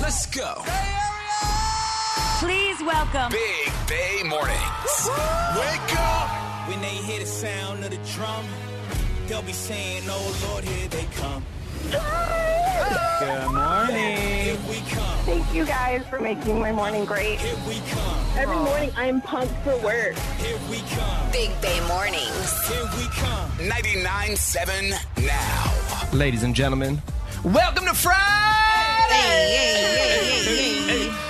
Let's go. Please welcome. Big Bay Mornings. Wake up. When they hear the sound of the drum, they'll be saying, Oh Lord, here they come. Good morning. Here we come, Thank you guys for making my morning great. here we come, Every morning I am pumped for work. here we come, Big Bay Mornings. here we come. 99.7 now. Ladies and gentlemen, welcome to Friday.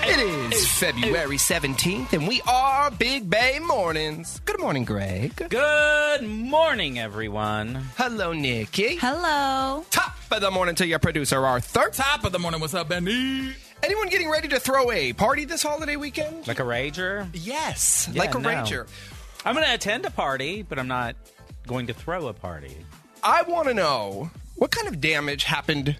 It is February 17th, and we are Big Bay Mornings. Good morning, Greg. Good morning, everyone. Hello, Nikki. Hello. Top of the morning to your producer, Arthur. Top of the morning. What's up, Benny? Anyone getting ready to throw a party this holiday weekend? Like a rager? Yes, like a no. ranger. I'm going to attend a party, but I'm not going to throw a party. I want to know what kind of damage happened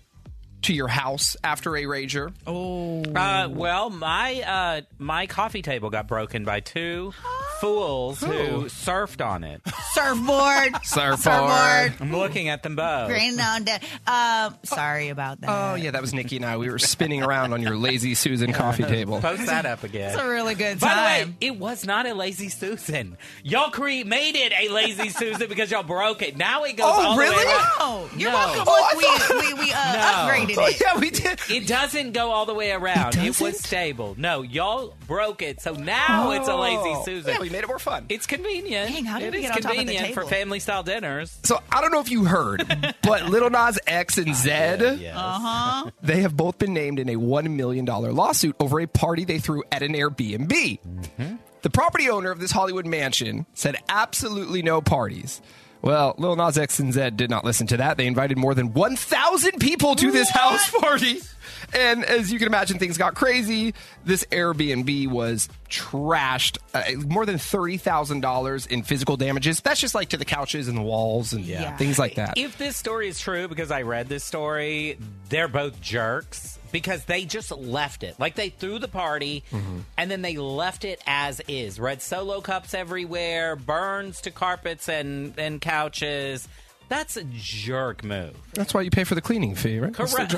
to your house after a rager. Oh. Uh, well, my uh, my coffee table got broken by two fools who surfed on it. surfboard. Surfboard. I'm looking at them both. Rain on deck. Um, sorry about that. Oh yeah, that was Nikki and I. We were spinning around on your lazy Susan coffee table. Post that up again. It's a really good By time. the way, it was not a lazy Susan. Y'all cre- made it a lazy Susan because y'all broke it. Now it goes. Oh, all the way really? around. no, you're No. welcome. Oh, I Look, we, we, we uh, upgraded it. yeah, we did. It doesn't go all the way around. It, was stable. No, y'all broke it, so now it's a lazy Susan. Yeah, we made it more fun. It's convenient. Dang, how did It we is get on top of the convenient for table? family style dinners. so I don't know if you heard, but Little Nas X and Zed, Uh-huh. they have both been named in a one million dollar lawsuit over a party they threw at an Airbnb. The property owner of this Hollywood mansion said absolutely no parties. Well, Lil Nas X and Zed did not listen to that. They invited more than 1,000 people to this house party. And as you can imagine, things got crazy. This Airbnb was trashed. Uh, more than $30,000 in physical damages. That's just like to the couches and the walls and Yeah. things like that. If this story is true, because I read this story, they're both jerks because they just left it. Like they threw the party and then they left it as is. Red solo cups everywhere, burns to carpets and, and couches. That's a jerk move. That's why you pay for the cleaning fee, right? That's the Correct.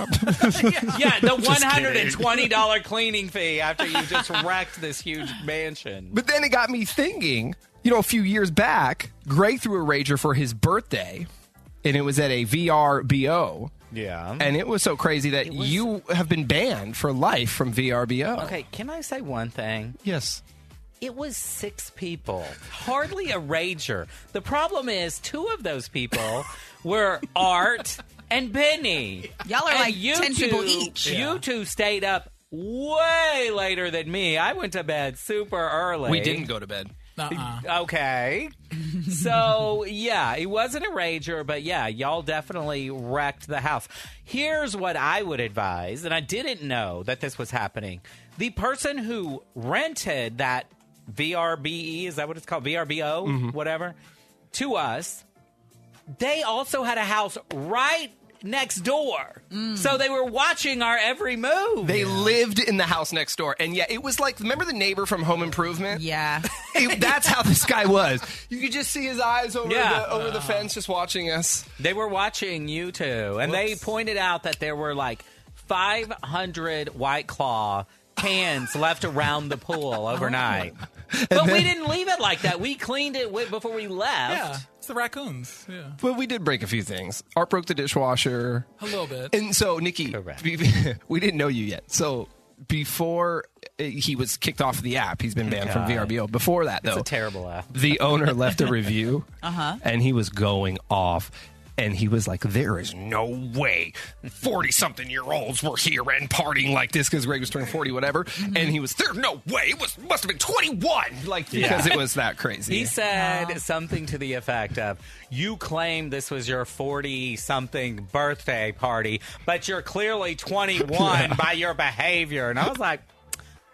job. yeah, the one hundred and twenty dollar cleaning fee after you just wrecked this huge mansion. But then it got me thinking, you know, a few years back, Greg threw a rager for his birthday, and it was at a VRBO. Yeah. And it was so crazy that was- you have been banned for life from VRBO. Okay, can I say one thing? Yes. It was six people, hardly a rager. The problem is, two of those people were Art and Benny. Y'all are And like 10 people each. You two stayed up way later than me. I went to bed super early. We didn't go to bed. Uh-uh. Okay. so, yeah, it wasn't a rager, but yeah, y'all definitely wrecked the house. Here's what I would advise, and I didn't know that this was happening. The person who rented that VRBE, E, is that what it's called? VRBO, Mm-hmm. whatever, to us, they also had a house right next door. Mm. So they were watching our every move. They lived in the house next door. And yeah, it was like, remember the neighbor from Home Improvement? Yeah. Hey, that's how this guy was. You could just see his eyes over, Yeah. the, over the fence just watching us. They were watching you two, and they pointed out that there were like 500 White Claw cans left around the pool overnight. But we didn't leave it like that. We cleaned it wi- before we Yeah, left. it's the raccoons. Yeah, But we did break a few things. Art broke the dishwasher. a little bit. And so, Nikki, Correct. be- we didn't know you yet. So, before uh, he was kicked off the app, he's been banned from God. VRBO. Before that, though, It's a terrible app. the owner left a review and he was going off. And he was like, There is no way 40 something year olds were here and partying like this because Greg was turning 40, whatever. Mm-hmm. And he was, There's no way. It was, must have been 21. Like, because it was that crazy. He said something to the effect of, You claim this was your 40 something birthday party, but you're clearly 21 by your behavior. And I was like,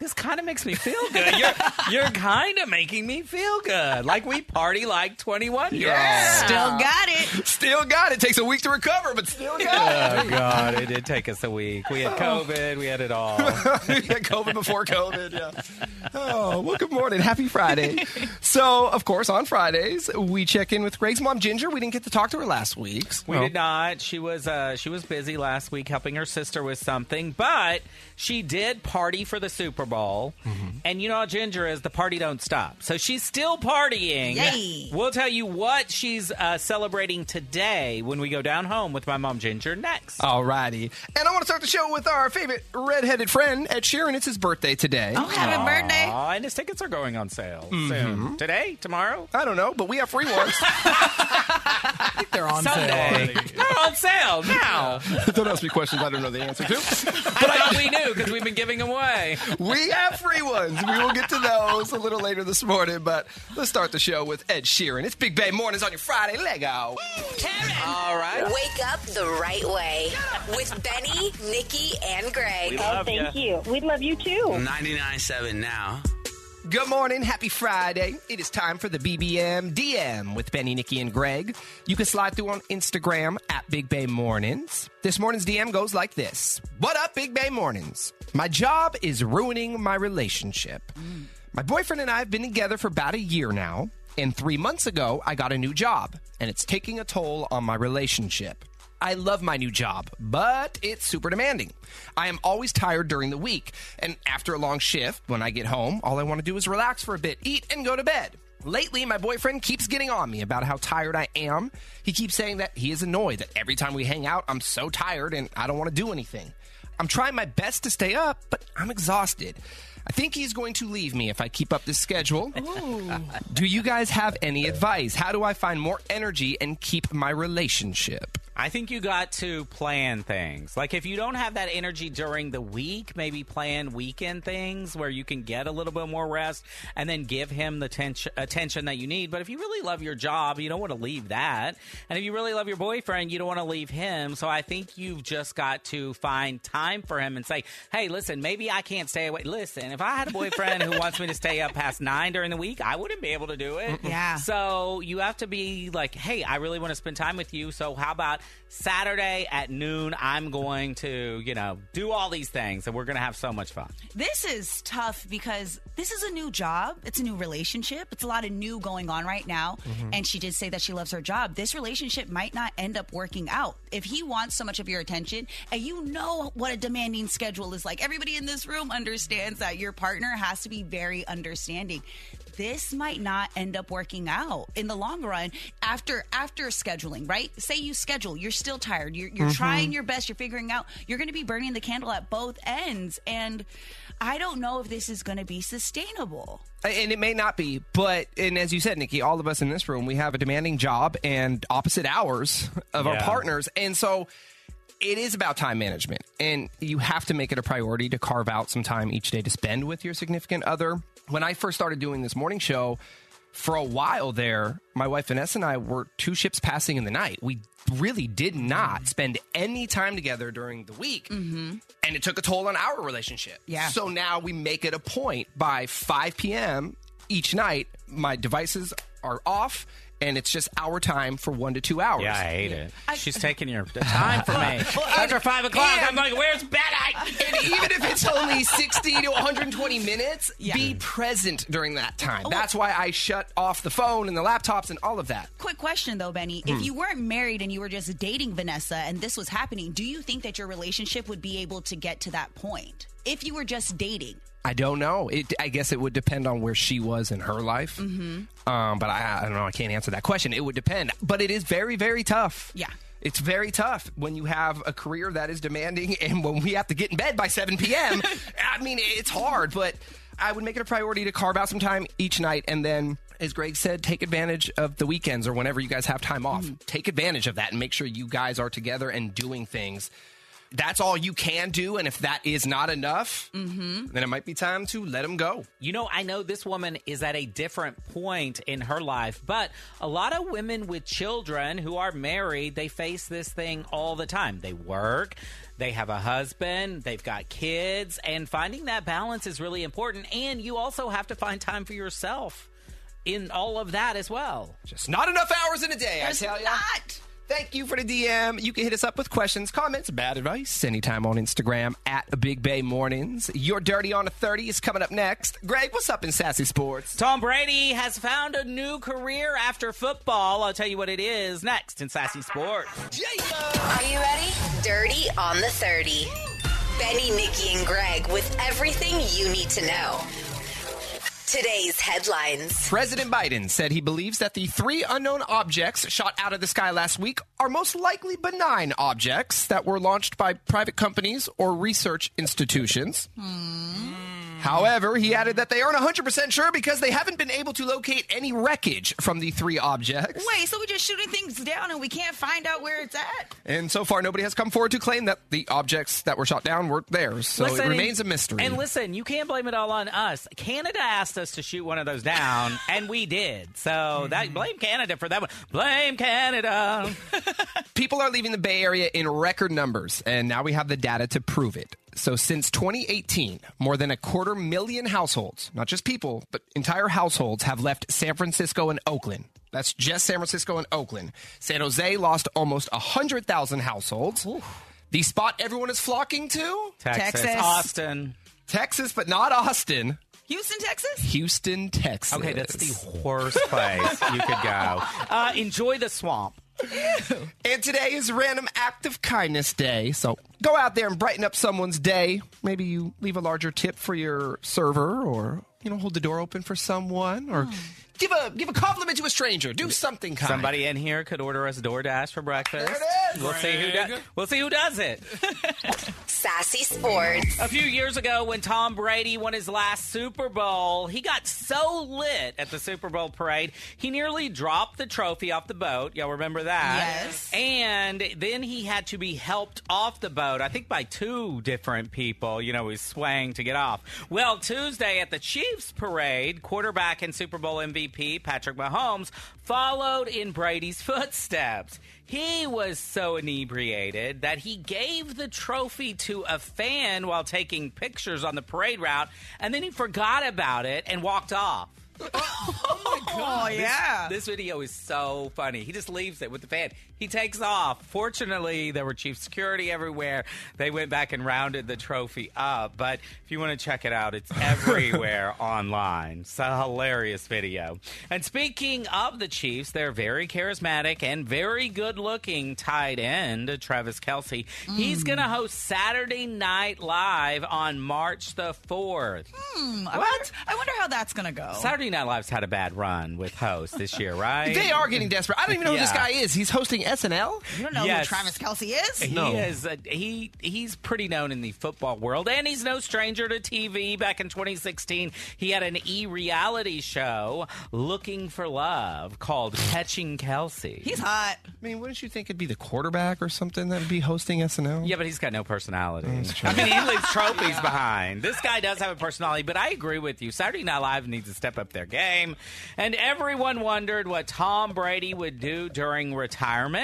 this kind of makes me feel good. You're, you're kind of making me feel good. Like we party like 21 year olds. Still got it. Still got it. Takes a week to recover, but still got Oh, God. It did take us a week. We had COVID. We had it all. it. yeah, COVID before COVID. Yeah. Oh, well, good morning. Happy Friday. so, of course, on Fridays, we check in with Greg's mom, Ginger. We didn't get to talk to her last week. We did not. She was uh, she was busy last week helping her sister with something, but she did party for the Super Bowl. Mm-hmm. And you know how Ginger is, the party don't stop. So she's still partying. Yay. We'll tell you what she's uh, celebrating today when we go down home with my mom Ginger next. Alrighty. And I want to start the show with our favorite redheaded friend, Ed Sheeran. It's his birthday today. Mm-hmm. Oh, happy birthday. Aw, and his tickets are going on sale soon. Today, tomorrow, I don't know, but we have free ones. They're on Sunday. sale. already. They're on sale now. don't ask me questions I don't know the answer to. I thought we knew because we've been giving them away. We have free ones. We will get to those a little later this morning, but let's start the show with Ed Sheeran. It's Big Bay Mornings on your Friday Lego. All right. Wake up the right way with Benny, Nikki, and Greg. Oh, thank you. We love you too. 99.7 now. Good morning, happy Friday. It is time for the BBM DM with Benny, Nikki, and Greg. You can slide through on Instagram at Big Bay Mornings. This morning's DM goes like this What up, Big Bay Mornings? My job is ruining my relationship. My boyfriend and I have been together for about a year now, and three months ago, I got a new job, and it's taking a toll on my relationship. I love my new job, but it's super demanding. I am always tired during the week, and after a long shift, when I get home, all I want to do is relax for a bit, eat, and go to bed. Lately, my boyfriend keeps getting on me about how tired I am. He keeps saying that he is annoyed that every time we hang out, I'm so tired and I don't want to do anything. I'm trying my best to stay up, but I'm exhausted. I think he's going to leave me if I keep up this schedule. Do you guys have any advice? How do I find more energy and keep my relationship? I think you got to plan things. Like if you don't have that energy during the week, maybe plan weekend things where you can get a little bit more rest and then give him the tension, attention that you need. But if you really love your job, you don't want to leave that. And if you really love your boyfriend, you don't want to leave him. So I think you've just got to find time for him and say, "Hey, listen, maybe I can't stay away. Listen, if I had a boyfriend who wants me to stay up past 9 during the week, I wouldn't be able to do it." Yeah. So so you have to be like, hey, I really want to spend time with you. So how about Saturday at noon? I'm going to, you know, do all these things and we're going to have so much fun. This is tough because this is a new job. It's a new relationship. It's a lot of new going on right now. And she did say that she loves her job. This relationship might not end up working out. If he wants so much of your attention, and you know what a demanding schedule is like, everybody in this room understands that your partner has to be very understanding. This might not end up working out in the long run after after scheduling, right? Say you schedule, you're still tired, you're, you're trying your best, you're figuring out, you're going to be burning the candle at both ends. And I don't know if this is going to be sustainable. And it may not be, but and as you said, Nikki, all of us in this room, we have a demanding job and opposite hours of our Yeah. partners. And so it is about time management. And you have to make it a priority to carve out some time each day to spend with your significant other. When I first started doing this morning show, for a while there, my wife Vanessa and I were two ships passing in the night. We really did not spend any time together during the week. And it took a toll on our relationship. Yeah. So now we make it a point by 5 p.m. each night, my devices are off and it's just our time for one to two hours. hate it. She's taking your time for me. After five o'clock, I'm like, where's bed? I- and even if it's only 60 to 120 minutes, be present during that time. That's why I shut off the phone and the laptops and all of that. Quick question though, Benny. If you weren't married and you were just dating Vanessa and this was happening, do you think that your relationship would be able to get to that point? If you were just dating, I don't know. It, I guess it would depend on where she was in her life. Mm-hmm. Um, but I, I don't know. I can't answer that question. It would depend. But it is very, very tough. Yeah. It's very tough when you have a career that is demanding and when we have to get in bed by 7 p.m. I mean, it's hard, but I would make it a priority to carve out some time each night and then. As Greg said, take advantage of the weekends or whenever you guys have time off. Take advantage of that and make sure you guys are together and doing things that's all you can do, and if that is not enough, Mm-hmm. then it might be time to let him go. You know, I know this woman is at a different point in her life, but a lot of women with children who are married, they face this thing all the time. They work, they have a husband, they've got kids, and finding that balance is really important. And you also have to find time for yourself in all of that as well. Just not enough hours in a day, I tell you. Not. Thank you for the DM. You can hit us up with questions, comments, bad advice anytime on Instagram at Big Bay Mornings. Your Dirty on a 30 is coming up next. Greg, what's up in Sassy Sports? Tom Brady has found a new career after football. I'll tell you what it is next in Sassy Sports. Are you ready? Dirty on the 30. Benny, Nikki, and Greg with everything you need to know. Today's headlines. President Biden said he believes that the three unknown objects shot out of the sky last week are most likely benign objects that were launched by private companies or research institutions. However, he added that they aren't 100% sure because they haven't been able to locate any wreckage from the three objects. Wait, so we're just shooting things down and we can't find out where it's at? And so far, nobody has come forward to claim that the objects that were shot down were theirs. So Listen, it and- remains a mystery. And listen, you can't blame it all on us. Canada asked us to shoot one of those down, and we did. So Hmm. that blame Canada for that one. Blame Canada. People are leaving the Bay Area in record numbers, and now we have the data to prove it. So, since 2018, more than a quarter million households, not just people, but entire households, have left San Francisco and Oakland. That's just San Francisco and Oakland. San Jose lost almost 100,000 households. The spot everyone is flocking to? Texas, Texas. Austin. Texas, but not Austin. Houston, Texas? Houston, Texas. Okay, that's the worst place you could go. Uh, enjoy the swamp. And today is Random Act of Kindness Day. So go out there and brighten up someone's day. Maybe you leave a larger tip for your server or, you know, hold the door open for someone Hmm. or give a give a compliment to a stranger. Do something kind. Somebody in here could order us DoorDash for breakfast. There it is. We'll see who does. We'll see who does it. Sassy Sports. A few years ago, when Tom Brady won his last Super Bowl, he got so lit at the Super Bowl parade, he nearly dropped the trophy off the boat. Y'all remember that? Yes. And then he had to be helped off the boat, I think by two different people. You know, he was swaying to get off. Well, Tuesday at the Chiefs parade, quarterback and Super Bowl MVP Patrick Mahomes followed in Brady's footsteps. He was so inebriated that he gave the trophy to a fan while taking pictures on the parade route, and then he forgot about it and walked off. Oh, yeah. This video is so funny. He just leaves it with the fan. He takes off. Fortunately, there were chief security everywhere. They went back and rounded the trophy up. But if you want to check it out, it's everywhere online. It's a hilarious video. And speaking of the Chiefs, they're very charismatic and very good looking tight end, Travis Kelsey. Mm. He's going to host Saturday Night Live on March the 4th. Hmm. I wonder, I wonder how that's going to go. Saturday Night Live's had a bad run with hosts this year, right? They are getting desperate. I don't even know who this Yeah. guy is. He's hosting SNL? You don't know Yes. who Travis Kelsey is? He No. is a, he he's pretty known in the football world, and he's no stranger to TV. Back in 2016, he had an e-reality show, Looking for Love, called Catching Kelsey. He's hot. I mean, wouldn't you think it'd be the quarterback or something that'd be hosting SNL? yeah, but he's got no personality. I mean, he leaves trophies behind. This guy does have a personality, but I agree with you. Saturday Night Live needs to step up their game. And everyone wondered what Tom Brady would do during retirement.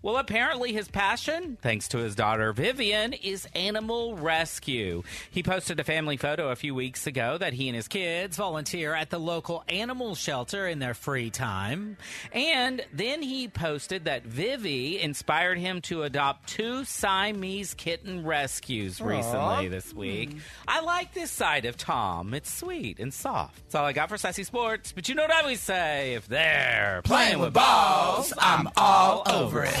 Well, apparently his passion, thanks to his daughter Vivian, is animal rescue. He posted a family photo a few weeks ago that he and his kids volunteer at the local animal shelter in their free time. And then he posted that Vivi inspired him to adopt two Siamese kitten rescues recently this week. I like this side of Tom. It's sweet and soft. That's all I got for Sassy Sports. But you know what I always say if they're playing with balls, I'm all over it.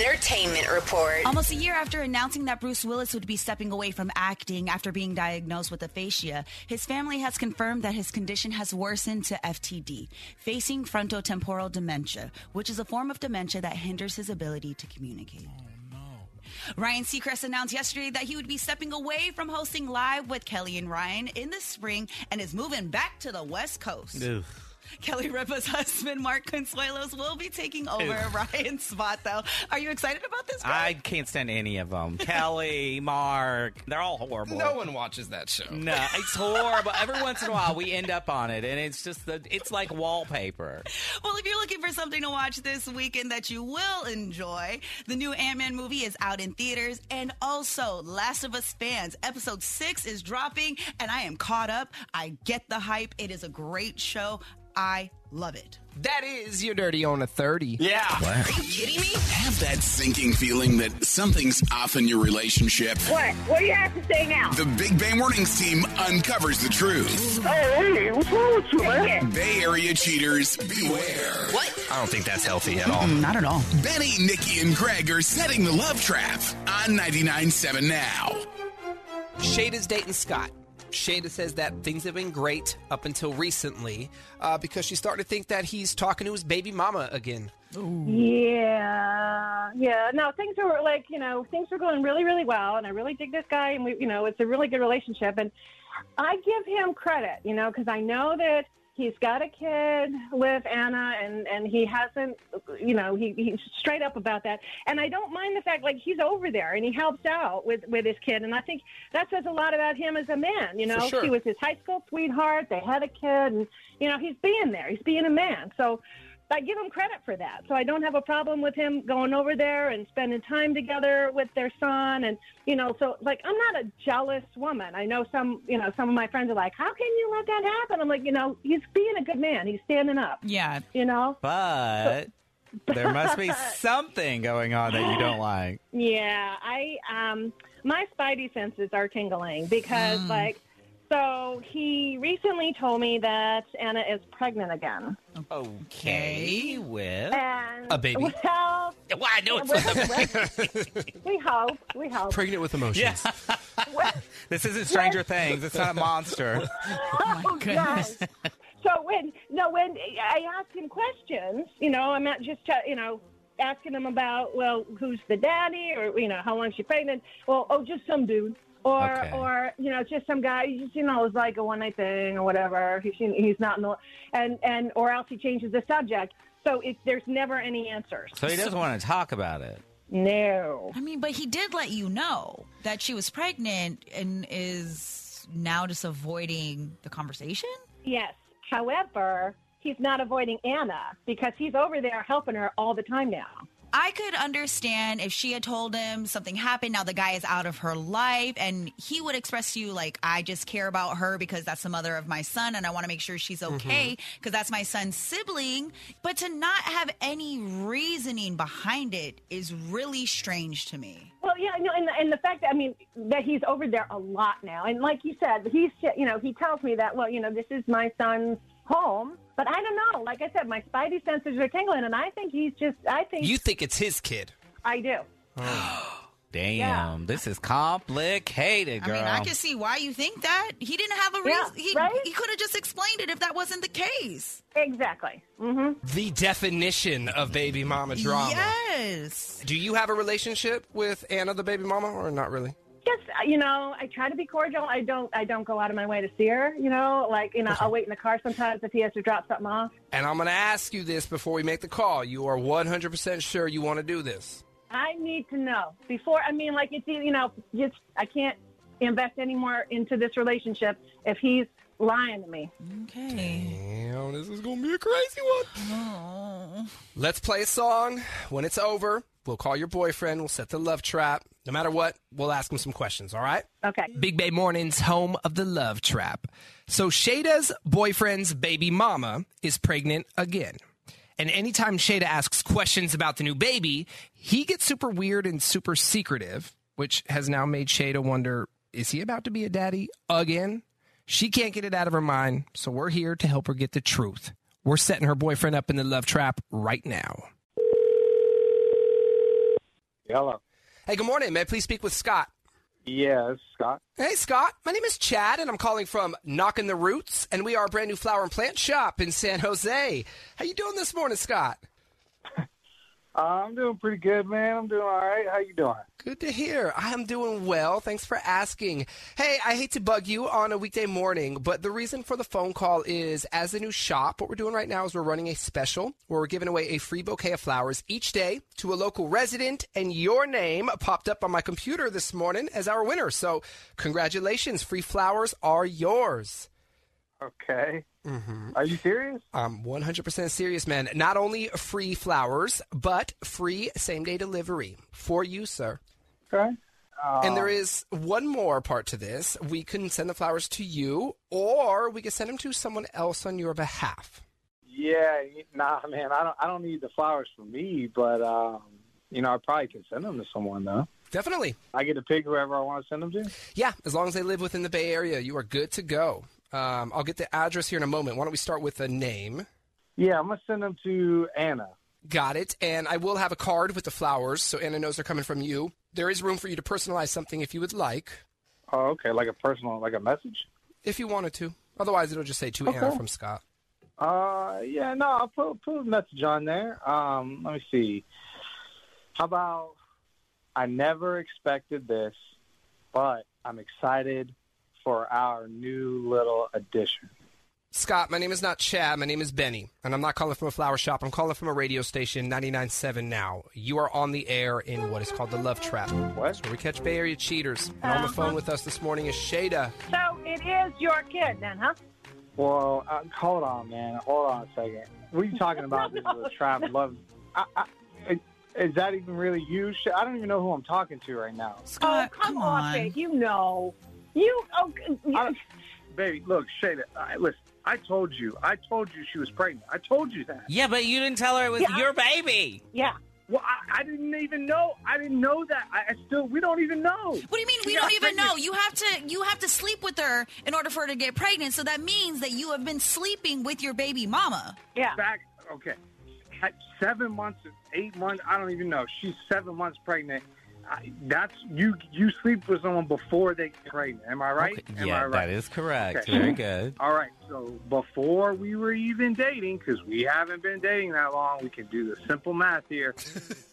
Entertainment Report. Almost a year after announcing that Bruce Willis would be stepping away from acting after being diagnosed with aphasia, his family has confirmed that his condition has worsened to FTD, facing frontotemporal dementia, which is a form of dementia that hinders his ability to communicate. Ryan Seacrest announced yesterday that he would be stepping away from hosting live with Kelly and Ryan in the spring and is moving back to the West Coast. Kelly Ripa's husband, Mark Consuelos, will be taking over Ryan's spot, though. Are you excited about this? Greg? I can't stand any of them. Kelly, Mark, they're all horrible. No one watches that show. No, it's horrible. Every once in a while, we end up on it, and it's just the, it's like wallpaper. Well, if you're looking for something to watch this weekend that you will enjoy, the new Ant Man movie is out in theaters, and also Last of Us fans, episode six is dropping, and I am caught up. I get the hype. It is a great show. I love it. That is your dirty on a 30. Yeah. Are you kidding me? Have that sinking feeling that something's off in your relationship. What? What do you have to say now? The Big Bang Warnings team uncovers the truth. hey, what's wrong with you, man? Bay Area cheaters, beware. I don't think that's healthy at all. Not at all. Benny, Nikki, and Greg are setting the love trap on 99.7 now. Shada's dating Scott. Shada says that things have been great up until recently uh, because she's starting to think that he's talking to his baby mama again. Yeah, yeah. No, things were like you know things were going really, really well, and I really dig this guy, and we, you know, it's a really good relationship, and I give him credit, you know, because I know that he's got a kid with Anna, and and he hasn't, you know, he, he's straight up about that, and I don't mind the fact like he's over there and he helps out with with his kid, and I think that says a lot about him as a man, you know. sure. She was his high school sweetheart, they had a kid, and you know, he's being there, he's being a man, so. I give him credit for that. So I don't have a problem with him going over there and spending time together with their son. And, you know, so like, I'm not a jealous woman. I know some, you know, some of my friends are like, how can you let that happen? I'm like, you know, he's being a good man. He's standing up, Yeah. you know? But there must be something going on that you don't like. Yeah, I um my spidey senses are tingling because like so he recently told me that Anna is pregnant again. Okay, with And A baby. Well, well, I know it's we hope, we hope. Pregnant with emotions. yeah. this isn't Stranger Things. It's not a monster. Oh, gosh. So when no when I ask him questions, you know, I'm not just tell- you know asking him about well who's the daddy or you know how long she pregnant. Well, oh, just some dude. Or, Okay. or you know, just some guy. Just, you know, it's like a one night thing or whatever. He's he's not in the, and and or else he changes the subject. So it, there's never any answers. So he doesn't want to talk about it. No. I mean, but he did let you know that she was pregnant and is now just avoiding the conversation. Yes. However, he's not avoiding Anna because he's over there helping her all the time now. I could understand if she had told him something happened. Now the guy is out of her life, and he would express to you like, "I just care about her because that's the mother of my son, and I want to make sure she's okay because that's my son's sibling." But to not have any reasoning behind it is really strange to me. Well, yeah, no, and and the fact that I mean that he's over there a lot now, and like you said, he's you know he tells me that well, you know, this is my son's home, but I don't know. Like I said, my spidey senses are tingling, and I think he's just. I think You think it's his kid. I do. Damn, Yeah. this is complicated, girl. I mean, I can see why you think that. He didn't have a Yeah, reason. he right? he could have just explained it if that wasn't the case. Exactly. Mm-hmm. The definition of baby mama drama. Yes. Do you have a relationship with Anna, the baby mama, or not really? Just uh, you know, I try to be cordial. I don't. I don't go out of my way to see her. You know, like you know, I'll wait in the car sometimes if he has to drop something off. And I'm going to ask you this before we make the call. You are 100% sure you want to do this. I need to know before. I mean, like it's you know, just I can't invest any more into this relationship if he's lying to me. Okay. Damn, this is going to be a crazy one. Oh. Let's play a song. When it's over, we'll call your boyfriend. We'll set the love trap. No matter what, we'll ask him some questions, all right? Okay. Big Bay Morning's home of the love trap. So Shada's boyfriend's baby mama is pregnant again. And anytime Shada asks questions about the new baby, he gets super weird and super secretive, which has now made Shada wonder is he about to be a daddy again? She can't get it out of her mind, so we're here to help her get the truth. We're setting her boyfriend up in the love trap right now. Hello. Hey, good morning. May I please speak with Scott? Yeah, this is Scott. Hey, Scott. My name is Chad, and I'm calling from Knockin' the Roots, and we are a brand new flower and plant shop in San Jose. How you doing this morning, Scott? Uh, I'm doing pretty good, man. I'm doing all right. How you doing? Good to hear. I am doing well. Thanks for asking. Hey, I hate to bug you on a weekday morning, but the reason for the phone call is as a new shop, what we're doing right now is we're running a special where we're giving away a free bouquet of flowers each day to a local resident, and your name popped up on my computer this morning as our winner. So, congratulations. Free flowers are yours. Okay. Mm-hmm. Are you serious? I'm 100% serious, man. Not only free flowers, but free same day delivery for you, sir. Okay. Uh, And there is one more part to this. We can send the flowers to you, or we can send them to someone else on your behalf. Yeah, you- nah, man. I don't. I don't need the flowers for me, but um, you know, I probably can send them to someone though. Definitely. I get to pick whoever I want to send them to. Yeah, as long as they live within the Bay Area, you are good to go. Um, I'll get the address here in a moment. Why don't we start with a name? Yeah, I'm gonna send them to Anna. Got it. And I will have a card with the flowers, so Anna knows they're coming from you. There is room for you to personalize something if you would like, Oh, okay. Like a personal, like a message. if you wanted to. Otherwise, it'll just say to Anna Okay. from Scott. Uh, yeah. No, I'll put put a message on there. Um, let me see. How about? I never expected this, but I'm excited for our new little addition. Scott, my name is not Chad. My name is Benny. And I'm not calling from a flower shop. I'm calling from a radio station, 99.7 now. You are on the air in what is called the Love Trap. What? It's where we catch Bay Area cheaters. And on the phone with us this morning is Shada. So it is your kid then, huh? Well, uh, hold on, man. Hold on a second. What are you talking about? this is a trap love. I, I, is that even really you? Sh- I don't even know who I'm talking to right now. Scott, oh, come, come on, on. babe. You know. You. Oh, g- I, you, baby, look, Shayda. I, listen, I told you. I told you she was pregnant. I told you that. Yeah, but you didn't tell her it was Yeah. your baby. yeah. Well, I, I didn't even know. I didn't know that. I, I still. We don't even know. What do you mean we Yeah, don't even pregnant. know? You have to you have to sleep with her in order for her to get pregnant. So that means that you have been sleeping with your baby mama. Yeah. Back. Okay. At seven months, eight months. I don't even know. She's seven months pregnant. I, that's you. You sleep with someone before they get pregnant. Am I right? Am I yeah, right? that is correct. Okay. Very good. All right. So before we were even dating, because we haven't been dating that long, we can do the simple math here.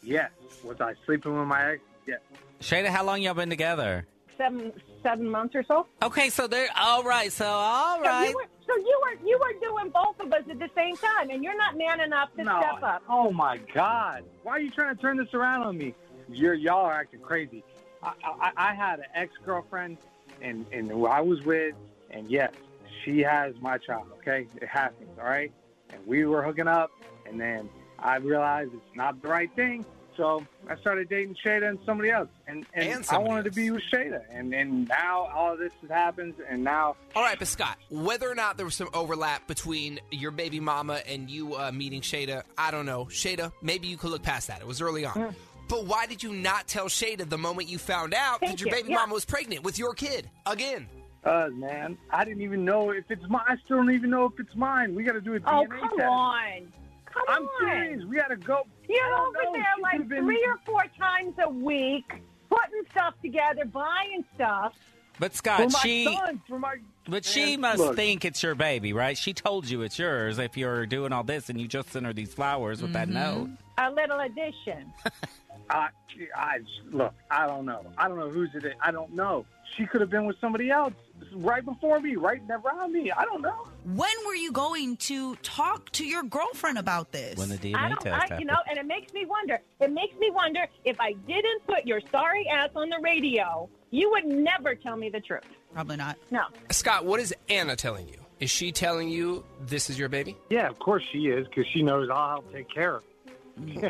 yes. Was I sleeping with my ex? Yes. Shada, how long y'all been together? Seven seven months or so. Okay, so they're all right. So all So right. you were so you were you were doing both of us at the same time, and you're not man enough to No. step up. Oh my God! Why are you trying to turn this around on me? You're y'all are acting crazy. I, I, I had an ex girlfriend, and and who I was with, and yes, she has my child. Okay, it happens. All right, and we were hooking up, and then I realized it's not the right thing. So I started dating Shada and somebody else, and and, And I somebody wanted to else. be with Shada, and and now all this happens, and now All right, but Scott, whether or not there was some overlap between your baby mama and you uh, meeting Shada, I don't know. Shada, maybe you could look past that. It was early on. But why did you not tell Shada the moment you found out Thank that your you. baby Yeah. mama was pregnant with your kid again? uh man, I didn't even know if it's mine. I still don't even know if it's mine. We got to do a Oh, DNA come test. on. Come I'm on. serious. We gotta go. I You're don't over know. there She like could've been- three or four times a week, putting stuff together, buying stuff. But for Scott, my she son, for my. but she Man, must look, think it's your baby, right? She told you it's yours if you're doing all this and you just sent her these flowers with that note. A little addition. I, I look. I don't know. I don't know who's it. is. I don't know. She could have been with somebody else right before me, right around me. I don't know. When were you going to talk to your girlfriend about this? When the DNA I test don't, I, happened. you know, and it makes me wonder. It makes me wonder if I didn't put your sorry ass on the radio, you would never tell me the truth. Probably not. No. Scott, what is Anna telling you? Is she telling you this is your baby? Yeah, of course she is, because she knows I'll help take care of. It.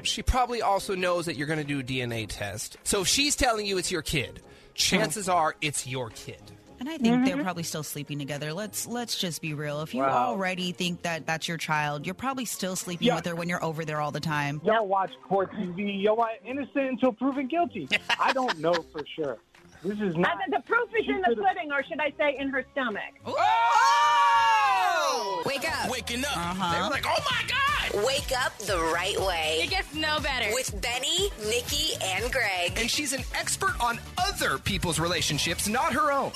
She probably also knows that you're going to do a DNA test. So if she's telling you it's your kid, Mm. chances are it's your kid. And I think they're probably still sleeping together. Let's let's just be real. If you Wow. already think that that's your child, you're probably still sleeping Yeah. with her when you're over there all the time. Y'all watch court TV. Y'all watch innocent until proven guilty. I don't know for sure. This is I not. said the proof is She in the could've- pudding, or should I say, in her stomach? Wake up. Oh! Waking up. Uh-huh. They were like, oh my God. Wake up the right way It gets no better. with Benny, Nikki, and Greg. And she's an expert on other people's relationships, not her own.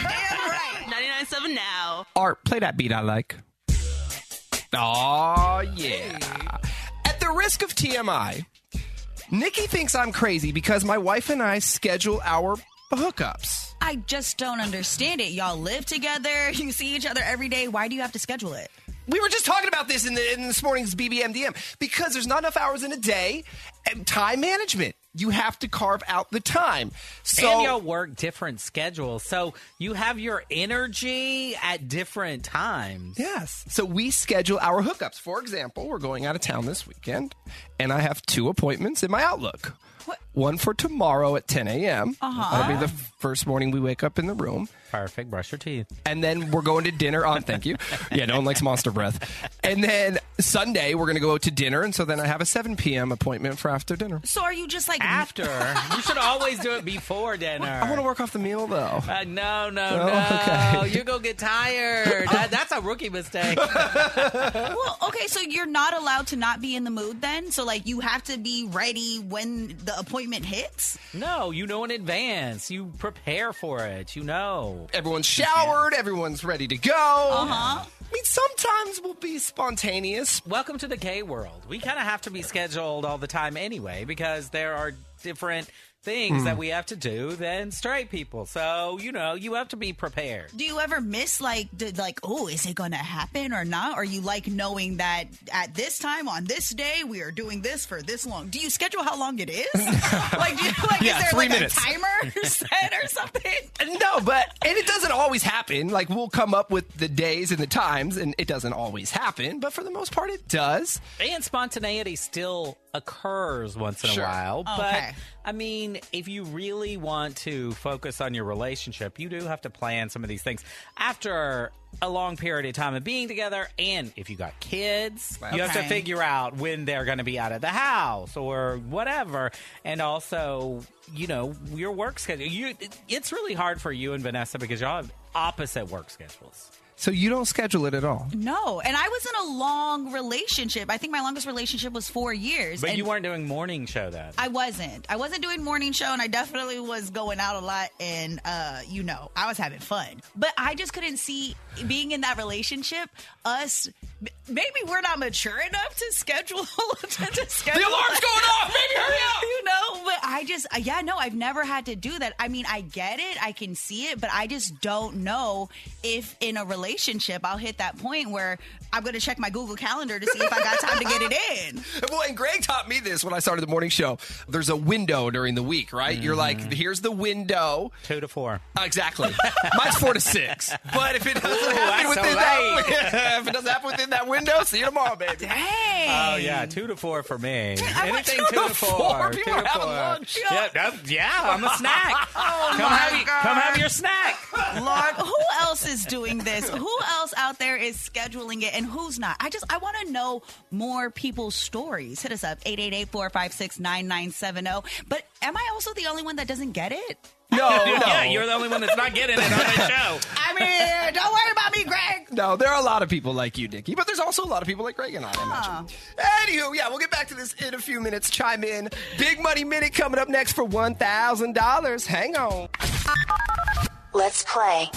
right. 99.7 now. Art, play that beat I like. Oh yeah. At the risk of TMI, Nikki thinks I'm crazy because my wife and I schedule our hookups. I just don't understand it. Y'all live together, you see each other every day. Why do you have to schedule it? We were just talking about this in, the, in this morning's BBMDM because there's not enough hours in a day and time management. You have to carve out the time. So and y'all work different schedules, so you have your energy at different times. Yes. So we schedule our hookups. For example, we're going out of town this weekend, and I have two appointments in my Outlook. What? One for tomorrow at 10 a.m. Uh-huh. That'll be the first morning we wake up in the room. Perfect. Brush your teeth. And then we're going to dinner on. Thank you. Yeah, no one likes monster breath. And then Sunday we're going to go to dinner, and so then I have a 7 p.m. appointment for after dinner. So are you just like after? you should always do it before dinner. I want to work off the meal though. Uh, no, no, No? no. Okay. You're going to get tired. That- that's a rookie mistake. well, okay, so you're not allowed to not be in the mood then? So, like, you have to be ready when the appointment hits? no, you know in advance. You prepare for it. You know. Everyone's showered. Everyone's ready to go. Uh-huh. I mean, sometimes we'll be spontaneous. Welcome to the gay world. We kind of have to be scheduled all the time anyway because there are different things Mm. that we have to do than straight people. So, you know, you have to be prepared. Do you ever miss, like, the, like, oh, is it going to happen or not? Or you like knowing that at this time, on this day, we are doing this for this long? Do you schedule how long it is? like, do you, like Yeah, is there three like minutes. a timer set or something? No, but and it doesn't always happen. Like we'll come up with the days and the times, and it doesn't always happen. But for the most part, it does. And spontaneity still occurs once in Sure. a while. Okay. But I mean, if you really want to focus on your relationship, you do have to plan some of these things after a long period of time of being together. And if you got kids, you have to Okay. figure out when they're going to be out of the house or whatever. And also, you know, your work schedule. You, it's really hard for you and Vanessa because y'all have opposite work schedules. So you don't schedule it at all. No. And I was in a long relationship. I think my longest relationship was four years. But and you weren't doing morning show then. I wasn't. I wasn't doing morning show, and I definitely was going out a lot. And uh, you know, I was having fun, but I just couldn't see being in that relationship. Us, m- maybe we're not mature enough to schedule. to, to schedule alarm's going off! Baby, hurry up! You know, but I just, uh, yeah, no, I've never had to do that. I mean, I get it, I can see it, but I just don't know if in a relationship I'll hit that point where I'm going to check my Google Calendar to see if I got time to get it in. Well, and Greg taught me this when I started the morning show. There's a window during the week, right? You're like, here's the window. Mm-hmm. Uh, Two to four. Exactly. Mine's four to six. But if it doesn't Ooh, happen that's so within that, late. if it doesn't happen within that window, see you tomorrow, baby. Oh yeah, two to four for me. I want Anything two two to to four. four. Two People to are having four. lunch. Yeah, that- yeah, I'm a snack. Oh come my have God. come have your snack. Lord, who else is doing this? Who else out there is scheduling it and who's not? I just I want to know more people's stories. Hit us up 888-456-9970. oh. But am I also the only one that doesn't get it? No, no. yeah, you're the only one that's not getting it on the show. I mean, don't worry about me, Greg. No, there are a lot of people like you, Nikki, but there's also a lot of people like Greg and I, I Ah. imagine. Anywho, yeah, we'll get back to this in a few minutes. Chime in. Big Money Minute coming up next for $1,000. Hang on. Let's play.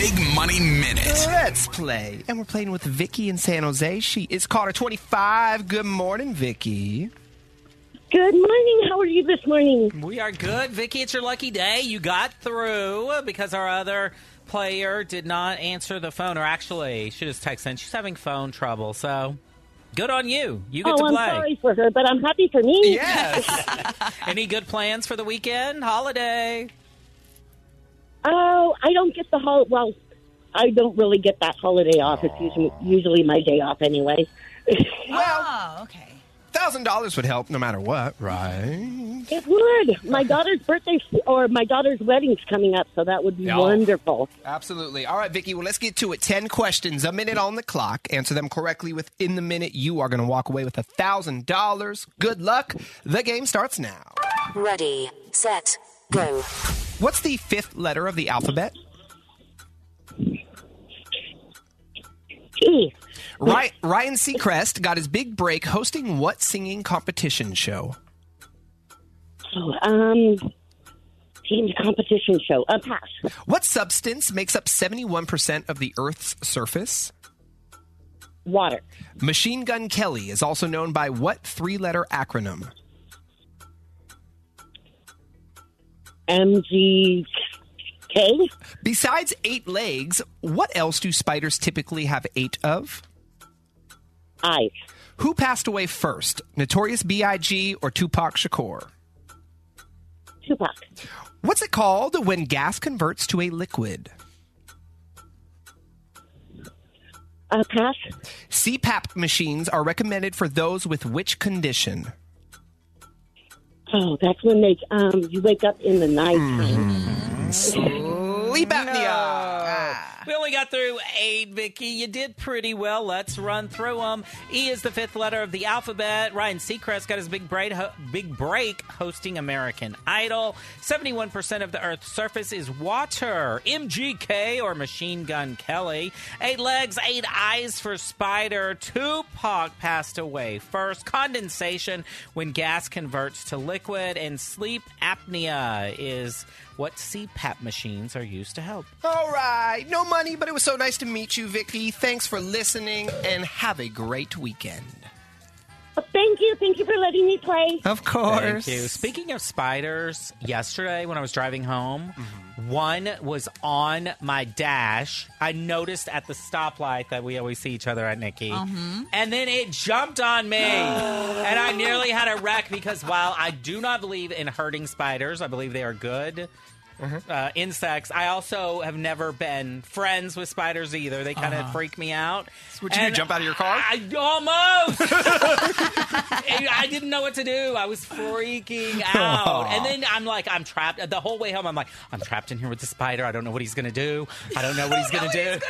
Big Money Minute. Let's play. And we're playing with Vicky in San Jose. She is Carter 25. Good morning, Vicky. Good morning. How are you this morning? We are good, Vicky. It's your lucky day. You got through because our other player did not answer the phone, or actually, she just texted in. She's having phone trouble, so good on you. You get oh, to I'm play. sorry for her, but I'm happy for me. Yes. Any good plans for the weekend, holiday? Oh, I don't get the whole. Well, I don't really get that holiday off. It's usually, usually my day off, anyway. Well, okay. $1,000 would help no matter what, right? It would. My daughter's birthday or my daughter's wedding's coming up, so that would be Yeah. wonderful. Absolutely. All right, Vicky, well, let's get to it. 10 questions, a minute on the clock. Answer them correctly within the minute. You are going to walk away with $1,000. Good luck. The game starts now. Ready, set, go. What's the fifth letter of the alphabet? T. Ry- Ryan Seacrest got his big break hosting what singing competition show? So, um, team competition show. A pass. What substance makes up 71% of the Earth's surface? Water. Machine Gun Kelly is also known by what three letter acronym? MGK. Besides eight legs, what else do spiders typically have eight of? Eyes. Who passed away first, Notorious B.I.G. or Tupac Shakur? Tupac. What's it called when gas converts to a liquid? Uh, pass. CPAP machines are recommended for those with which condition? Oh, that's when they um you wake up in the night Mm-hmm. time. Sleep apnea. We only got through eight, Vicky. You did pretty well. Let's run through them. E is the fifth letter of the alphabet. Ryan Seacrest got his big break, big break hosting American Idol. 71% of the Earth's surface is water. MGK or Machine Gun Kelly. Eight legs, eight eyes for Spider. Tupac passed away first. Condensation when gas converts to liquid. And sleep apnea is what CPAP machines are used to help. All right. No money, but it was so nice to meet you, Vicky. Thanks for listening and have a great weekend. Thank you. Thank you for letting me play. Of course. Thank you. Speaking of spiders, yesterday when I was driving home, one was on my dash. I noticed at the stoplight that we always see each other at Nikki. Uh-huh. Mm-hmm. Mhm. Mm-hmm. And then it jumped on me. and I nearly had a wreck because while I do not believe in hurting spiders, I believe they are good. Mm-hmm. Uh, insects. I also have never been friends with spiders either. They kind of Uh-huh. freak me out. Would you And jump out of your car? I almost. I I didn't know what to do. I was freaking out. Aw. And then I'm like, I'm trapped. The whole way home, I'm like, I'm trapped in here with the spider. I don't know what he's going to do. I don't know what he's going to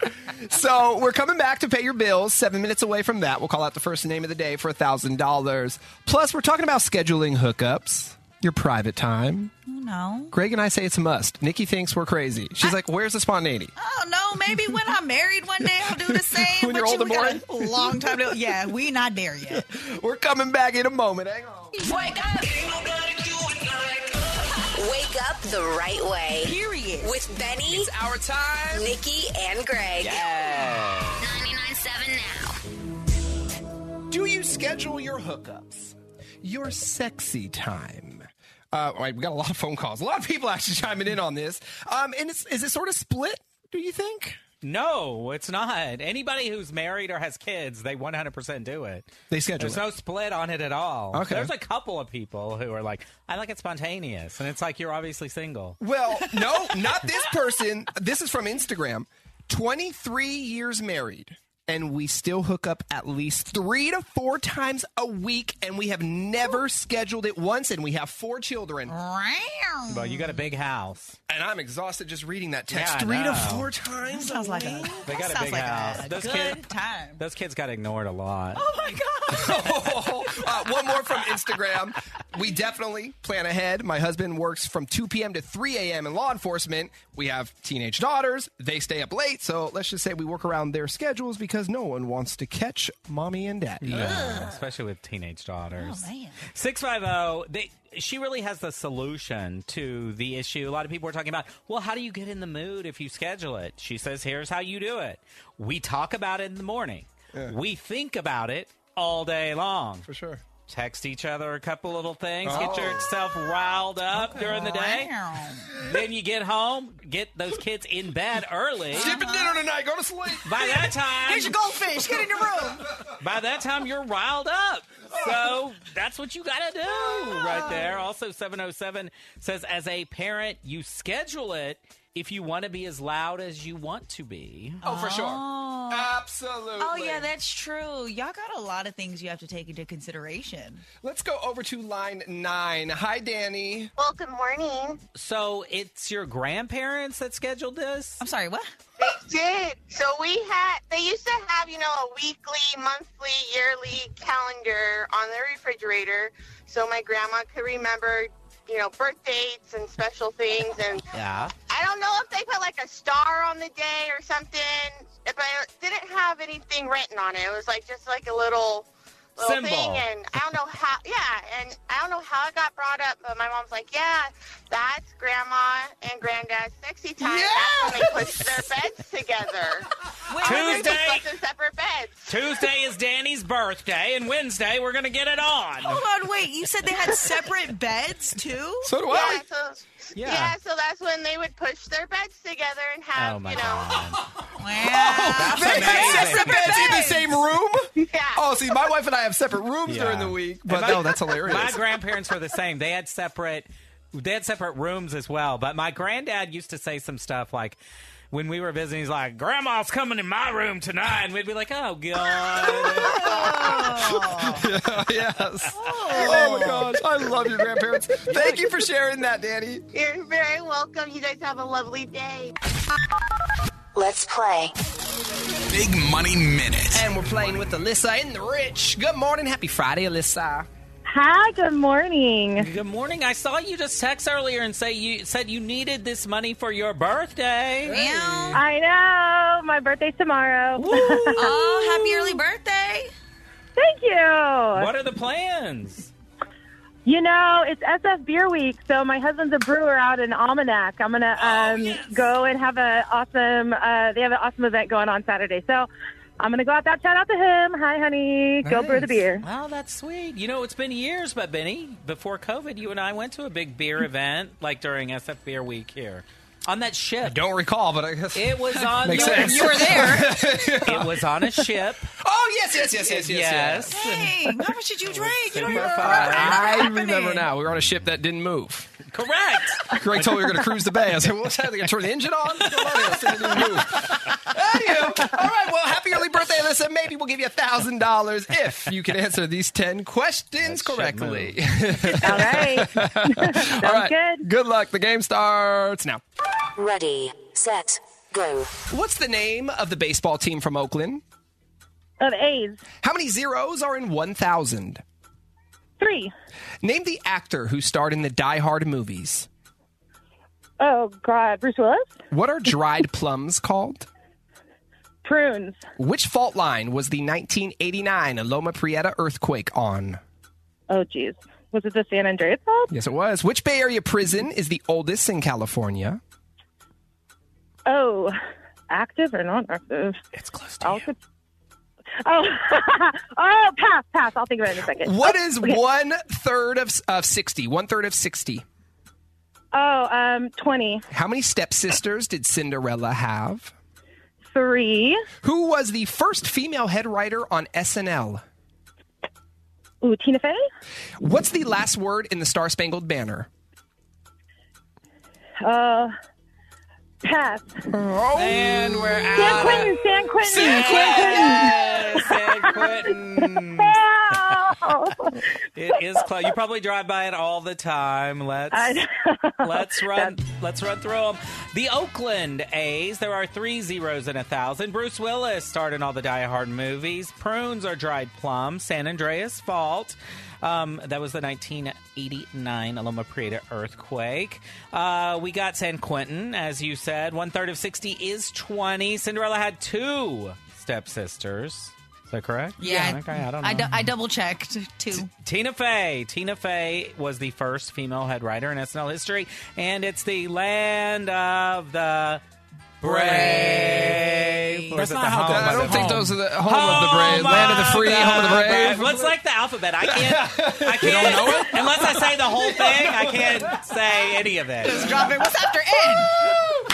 do. So we're coming back to pay your bills. Seven minutes away from that, we'll call out the first name of the day for thousand dollars. Plus, we're talking about scheduling hookups, your private time. No. Greg and I say it's a must. Nikki thinks we're crazy. She's like, "Where's the spontaneity?" Oh no, maybe when I'm married one day I'll do the same. When you're but old you- and we got boring? a Long time to Yeah, we not there yet. We're coming back in a moment. Hang on. Wake up. Wake up the right way. Period. With Benny. It's our time. Nikki and Greg. Yeah. 99.7 now. Do you schedule your hookups? Your sexy time. Uh, all right, we got a lot of phone calls. A lot of people actually chiming in on this. Um, and it's, is it sort of split? Do you think No, it's not. Anybody who's married or has kids, they 100% do it. they schedule? There's no split on it at all. Okay. There's a couple of people who are like, I like it spontaneous. And it's like, you're obviously single. Well, no, not this person. This is from Instagram. 23 years married, and we still hook up at least three to four times a week, and we have never scheduled it once, and we have four children. Well, you got a big house. And I'm exhausted just reading that text. Yeah, I three to know. four times. Sounds like a, They got a sounds big like house. A, Those good Oh kids- time. Those kids got ignored a lot. uh, one more from Instagram. We definitely plan ahead. My husband works from 2 p.m. to 3 a.m. in law enforcement. We have teenage daughters. They stay up late. So let's just say we work around their schedules because no one wants to catch mommy and daddy. Yeah, especially with teenage daughters. Six five zero. They she really has the solution to the issue. A lot of people are talking about. Well, how do you get in the mood if you schedule it? She says, "Here's how you do it. We talk about it in the morning. We think about it all day long. For sure." Oh. Text each other a couple little things. Get yourself riled up during the day. then you get home. Get those kids in bed early. Skipping dinner tonight. Go to sleep. By that time, Here's your goldfish. Get in the room. by that time, you're riled up. So that's what you got to do right there. Also, 707 says, as a parent, you schedule it if you want to be as loud as you want to be. Oh, for sure. Absolutely. Oh yeah, that's true. Y'all got a lot of things you have to take into consideration. Let's go over to line nine. Hi, Danny. Well, good morning. So it's your grandparents that scheduled this? I'm sorry, what? They did. So we had, they used to have, you know, a weekly, monthly, yearly calendar on the refrigerator. So my grandma could remember, you know, birth dates and special things. And Yeah. I don't know if they put like a star on the day or something, but it didn't have anything written on it. It was like just like a little little Symbol. thing, and I don't know how. Yeah, and I don't know how it got brought up, but my mom's like, "Yeah, that's grandma and granddad's sexy time. That's when they put their beds together. Tuesday. Separate beds. Tuesday is Danny's birthday. birthday, and Wednesday we're gonna get it on. Hold on, wait. You said they had separate beds too. So do I. Yeah, so, Yeah. yeah. so that's when they would push their beds together and have, Oh my you know. They Oh, have separate beds in the same room? Yeah. Oh, see, my wife and I have separate rooms Yeah. during the week. But And my- no, that's hilarious. My grandparents were the same. They had separate they had separate rooms as well. But my granddad used to say some stuff like when we were visiting, he's like, "Grandma's coming in my room tonight," and we'd be like, "Oh God!" yes. Oh my gosh, I love your grandparents. Thank you for sharing that, Danny. You're very welcome. You guys have a lovely day. Let's play. Big Money Minute. And we're playing with Alyssa and the Rich. Good morning. Happy Friday, Alyssa. Hi, good morning. Good morning. I saw you just text earlier and say you said you needed this money for your birthday. I know. My birthday's tomorrow. oh, happy early birthday. Thank you. What are the plans? You know, it's SF Beer Week, so my husband's a brewer out in Almanac. I'm gonna Oh, um, go and have a awesome. Uh, they have an awesome event going on Saturday, so I'm gonna go out there. Shout out to him. Hi, honey. Go brew the beer. Wow, that's sweet. You know, it's been years, but Benny, before COVID, you and I went to a big Hmm. beer event, like during SF Beer Week here. On that ship. I don't recall, but I guess it was on Makes you were- sense. you were there. it was on a ship. Oh, yes, yes, yes, yes, yes. Yes. Dang, how much did you drink? You don't even Number remember. five. I happening. remember now. We were on a ship that didn't move. Correct. Greg told me we were going to cruise the bay. I said, "What's that? They going to turn the engine on?" Come on, this thing didn't move. Anywho, all right. Well, happy early birthday, Alyssa. Maybe we'll give you a thousand dollars if you can answer these ten questions correctly. All right. all right. Good. Good luck. The game starts now. Ready, set, go. What's the name of the baseball team from Oakland? Of A's. How many zeros are in one thousand? Three. Name the actor who starred in the Die Hard movies. Oh God, Bruce Willis. What are dried plums called? Prunes. Which fault line was the 1989 Loma Prieta earthquake on? Oh geez, was it the San Andreas fault? Yes, it was. Which Bay Area prison is the oldest in California? Oh, active or non active? It's close to you. Oh, oh, pass, pass. I'll think about it in a second. What Oh, is okay. one third of, of 60? One third of 60. Oh, um, twenty How many stepsisters did Cinderella have? three. Who was the first female head writer on SNL? Ooh, Tina Fey. What's the last word in the Star Spangled Banner? Uh, pass. Oh. And we're out. San Quentin. San Quentin. San Quentin. San Quentin. It is close. You probably drive by it all the time. Let's let's run let's run through them. The Oakland A's. There are three zeros in a thousand. Bruce Willis starred in all the Die Hard movies. Prunes are dried plums. San Andreas Fault. Um, that was the 1989 Loma Prieta earthquake. Uh, we got San Quentin, as you said. One third of 60 is 20. Cinderella had two stepsisters. Is that correct? Yeah, okay, I don't know. I, du- I double checked too. Tina Fey. Tina Fey was the first female head writer in SNL history, and it's the land of the brave. Or That's is it not the how it home goes. I of don't the think home? those are the home of the brave. Land of the free, home of the brave. What's like the alphabet? I can't. I can't know it unless I say the whole thing. I can't say any of it. Just drop it. What's after N?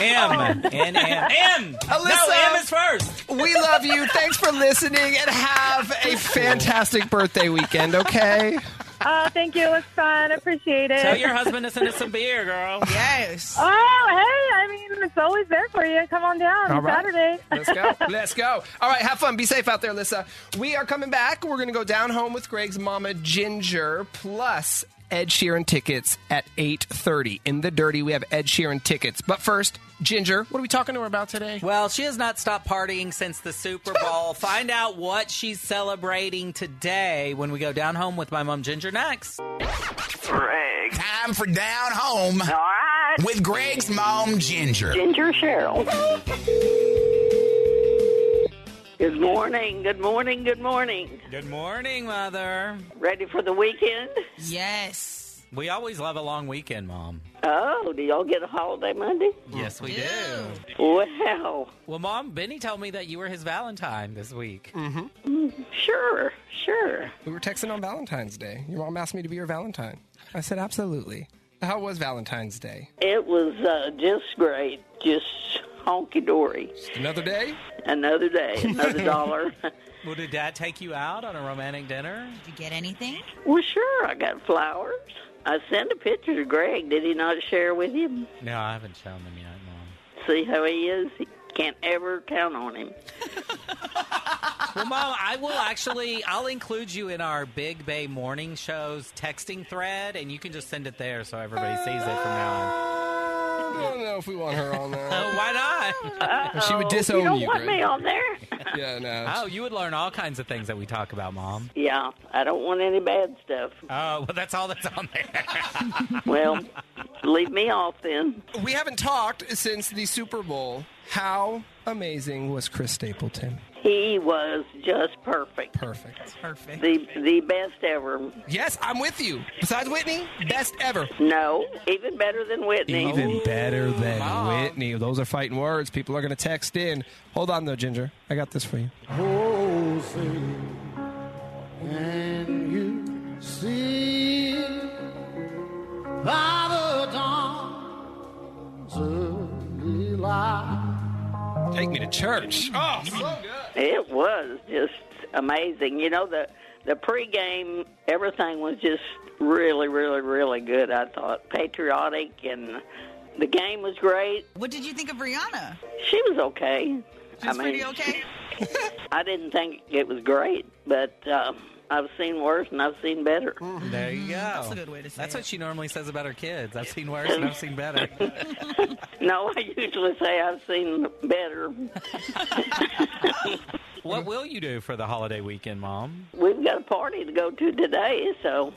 M N M M. No, Alyssa. M is first. We love you. Thanks for listening and have a fantastic birthday weekend, okay? Oh, thank you. It was fun. Appreciate it. Tell your husband to send us some beer, girl. Yes. Oh, hey, I mean, it's always there for you. Come on down All right. Saturday. Let's go. Let's go. All right, have fun. Be safe out there, Lissa. We are coming back. We're going to go down home with Greg's mama, Ginger, plus Ed Sheeran tickets at 8.30. In the dirty, we have Ed Sheeran tickets. But first, Ginger, what are we talking to her about today? Well, she has not stopped partying since the Super Bowl. Find out what she's celebrating today when we go down home with my mom, Ginger, next. Greg. Time for Down Home. All right. With Greg's mom, Ginger. Ginger Cheryl. Good morning, good morning, good morning. Good morning, Mother. Ready for the weekend? Yes. We always love a long weekend, Mom. Oh, do y'all get a holiday Monday? Yes, we do. Wow. Well, Mom, Benny told me that you were his Valentine this week. Mm-hmm. Sure, sure. We were texting on Valentine's Day. Your mom asked me to be your Valentine. I said, absolutely. How was Valentine's Day? It was uh, just great, just honky dory. Another day? Another day, another dollar. Well, did Dad take you out on a romantic dinner? Did you get anything? Well, sure, I got flowers. I sent a picture to Greg. Did he not share with him? No, I haven't shown them yet, Mom. See how he is? He can't ever count on him. well, Mom, I will actually I'll include you in our Big Bay Morning Show's texting thread, and you can just send it there so everybody sees it from now on. I don't know if we want her on there. Oh, why not? She would disown you. Greg. there. Yeah, no. Oh, you would learn all kinds of things that we talk about, Mom. Yeah, I don't want any bad stuff. Oh, well, that's all that's on there. well, leave me off then. We haven't talked since the Super Bowl. How amazing was Chris Stapleton? He was just perfect. Perfect. Perfect. The the best ever. Yes, I'm with you. Besides Whitney, best ever. No, even better than Whitney. Even better than Whitney. Those are fighting words. People are going to text in. Hold on, though, Ginger. I got this for you. Oh, see, and you see by the dawn's early light. Take me to church. Oh, so good. It was just amazing. You know the the pregame, everything was just really, really, really good. I thought patriotic, and the game was great. What did you think of Rihanna? She was okay. She's pretty okay. I didn't think it was great, but uh, I've seen worse and I've seen better. Mm-hmm. There you go. That's a good way to say That's what she normally says about her kids. I've seen worse and I've seen better. No, I usually say I've seen better. what will you do for the holiday weekend, Mom? We've got a party to go to today, so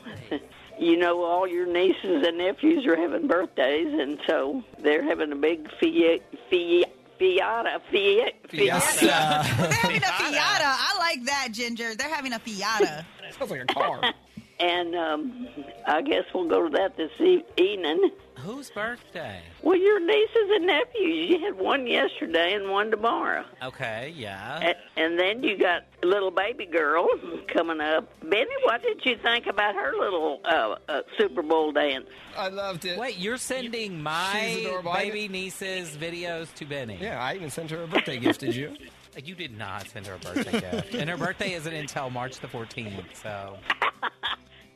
you know all your nieces and nephews are having birthdays, and so they're having a big fia fia Fiata, fiat, They're having a fiata. I like that, Ginger. They're having a fiata. Sounds like a car. and um, I guess we'll go to that this e- evening. Whose birthday? Well, your nieces and nephews. You had one yesterday and one tomorrow. Okay, yeah. And, and then you got little baby girl coming up. Benny, what did you think about her little uh, uh, Super Bowl dance? I loved it. Wait, you're sending She's my adorable. I baby niece's videos to Benny. Yeah, I even sent her a birthday gift, did you? You did not send her a birthday gift. And her birthday isn't until March the 14th, so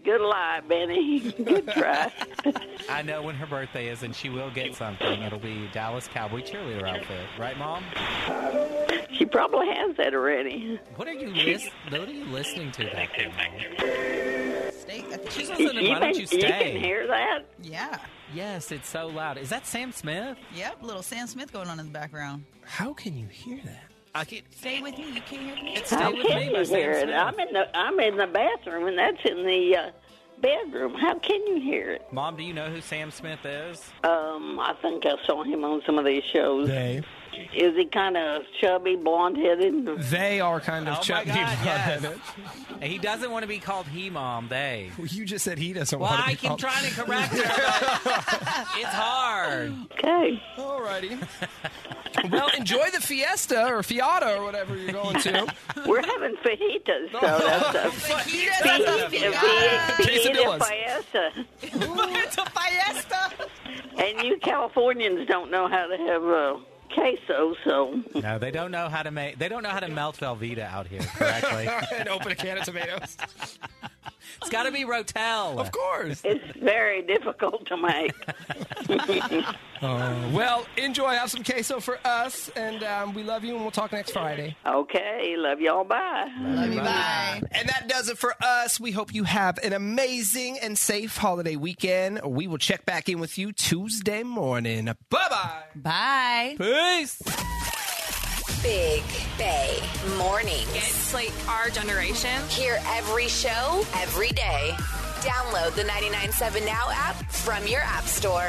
Good lie, Benny. Good try. I know when her birthday is and she will get something. It'll be Dallas Cowboy cheerleader outfit. Right, Mom? She probably has that already. What are you lis- what are you listening to back there, Mom? Stay, She's listening, why don't you stay? that? Yeah. Yes, it's so loud. Is that Sam Smith? Yep, little Sam Smith going on in the background. How can you hear that? I can't Stay with me. You can't hear me. How can you hear it? I'm in the I'm in the bathroom, and that's in the uh, bedroom. How can you hear it? Mom, do you know who Sam Smith is? Um, I think I saw him on some of these shows. Is he kind of chubby, blonde-headed? They are kind of Oh my chubby. God, about yes. it. He doesn't want to be called he, Mom. They. You just said he doesn't Well, want to I be keep called- trying to correct her, but it's hard. Okay. Alrighty. well, enjoy the fiesta or fiata or whatever you're going to. We're having fajitas, Oh. so that's a Fajitas, fajita, that's a fajita, Quesadillas. fiesta. it's a fiesta. And you Californians don't know how to have a queso, so No, they don't know how to make. They don't know how to melt Velveeta out here correctly. and open a can of tomatoes. it's got to be Rotel. Of course. it's very difficult to make. Uh, well, enjoy. Have some queso for us, and um, we love you, and we'll talk next Friday. Okay, love y'all. Bye. Love you, bye. And that does it for us. We hope you have an amazing and safe holiday weekend. We will check back in with you Tuesday morning. Bye bye. Bye. Peace. Big Bay Mornings. It's like our generation. Hear every show, every day. Download the 997 Now app from your App Store.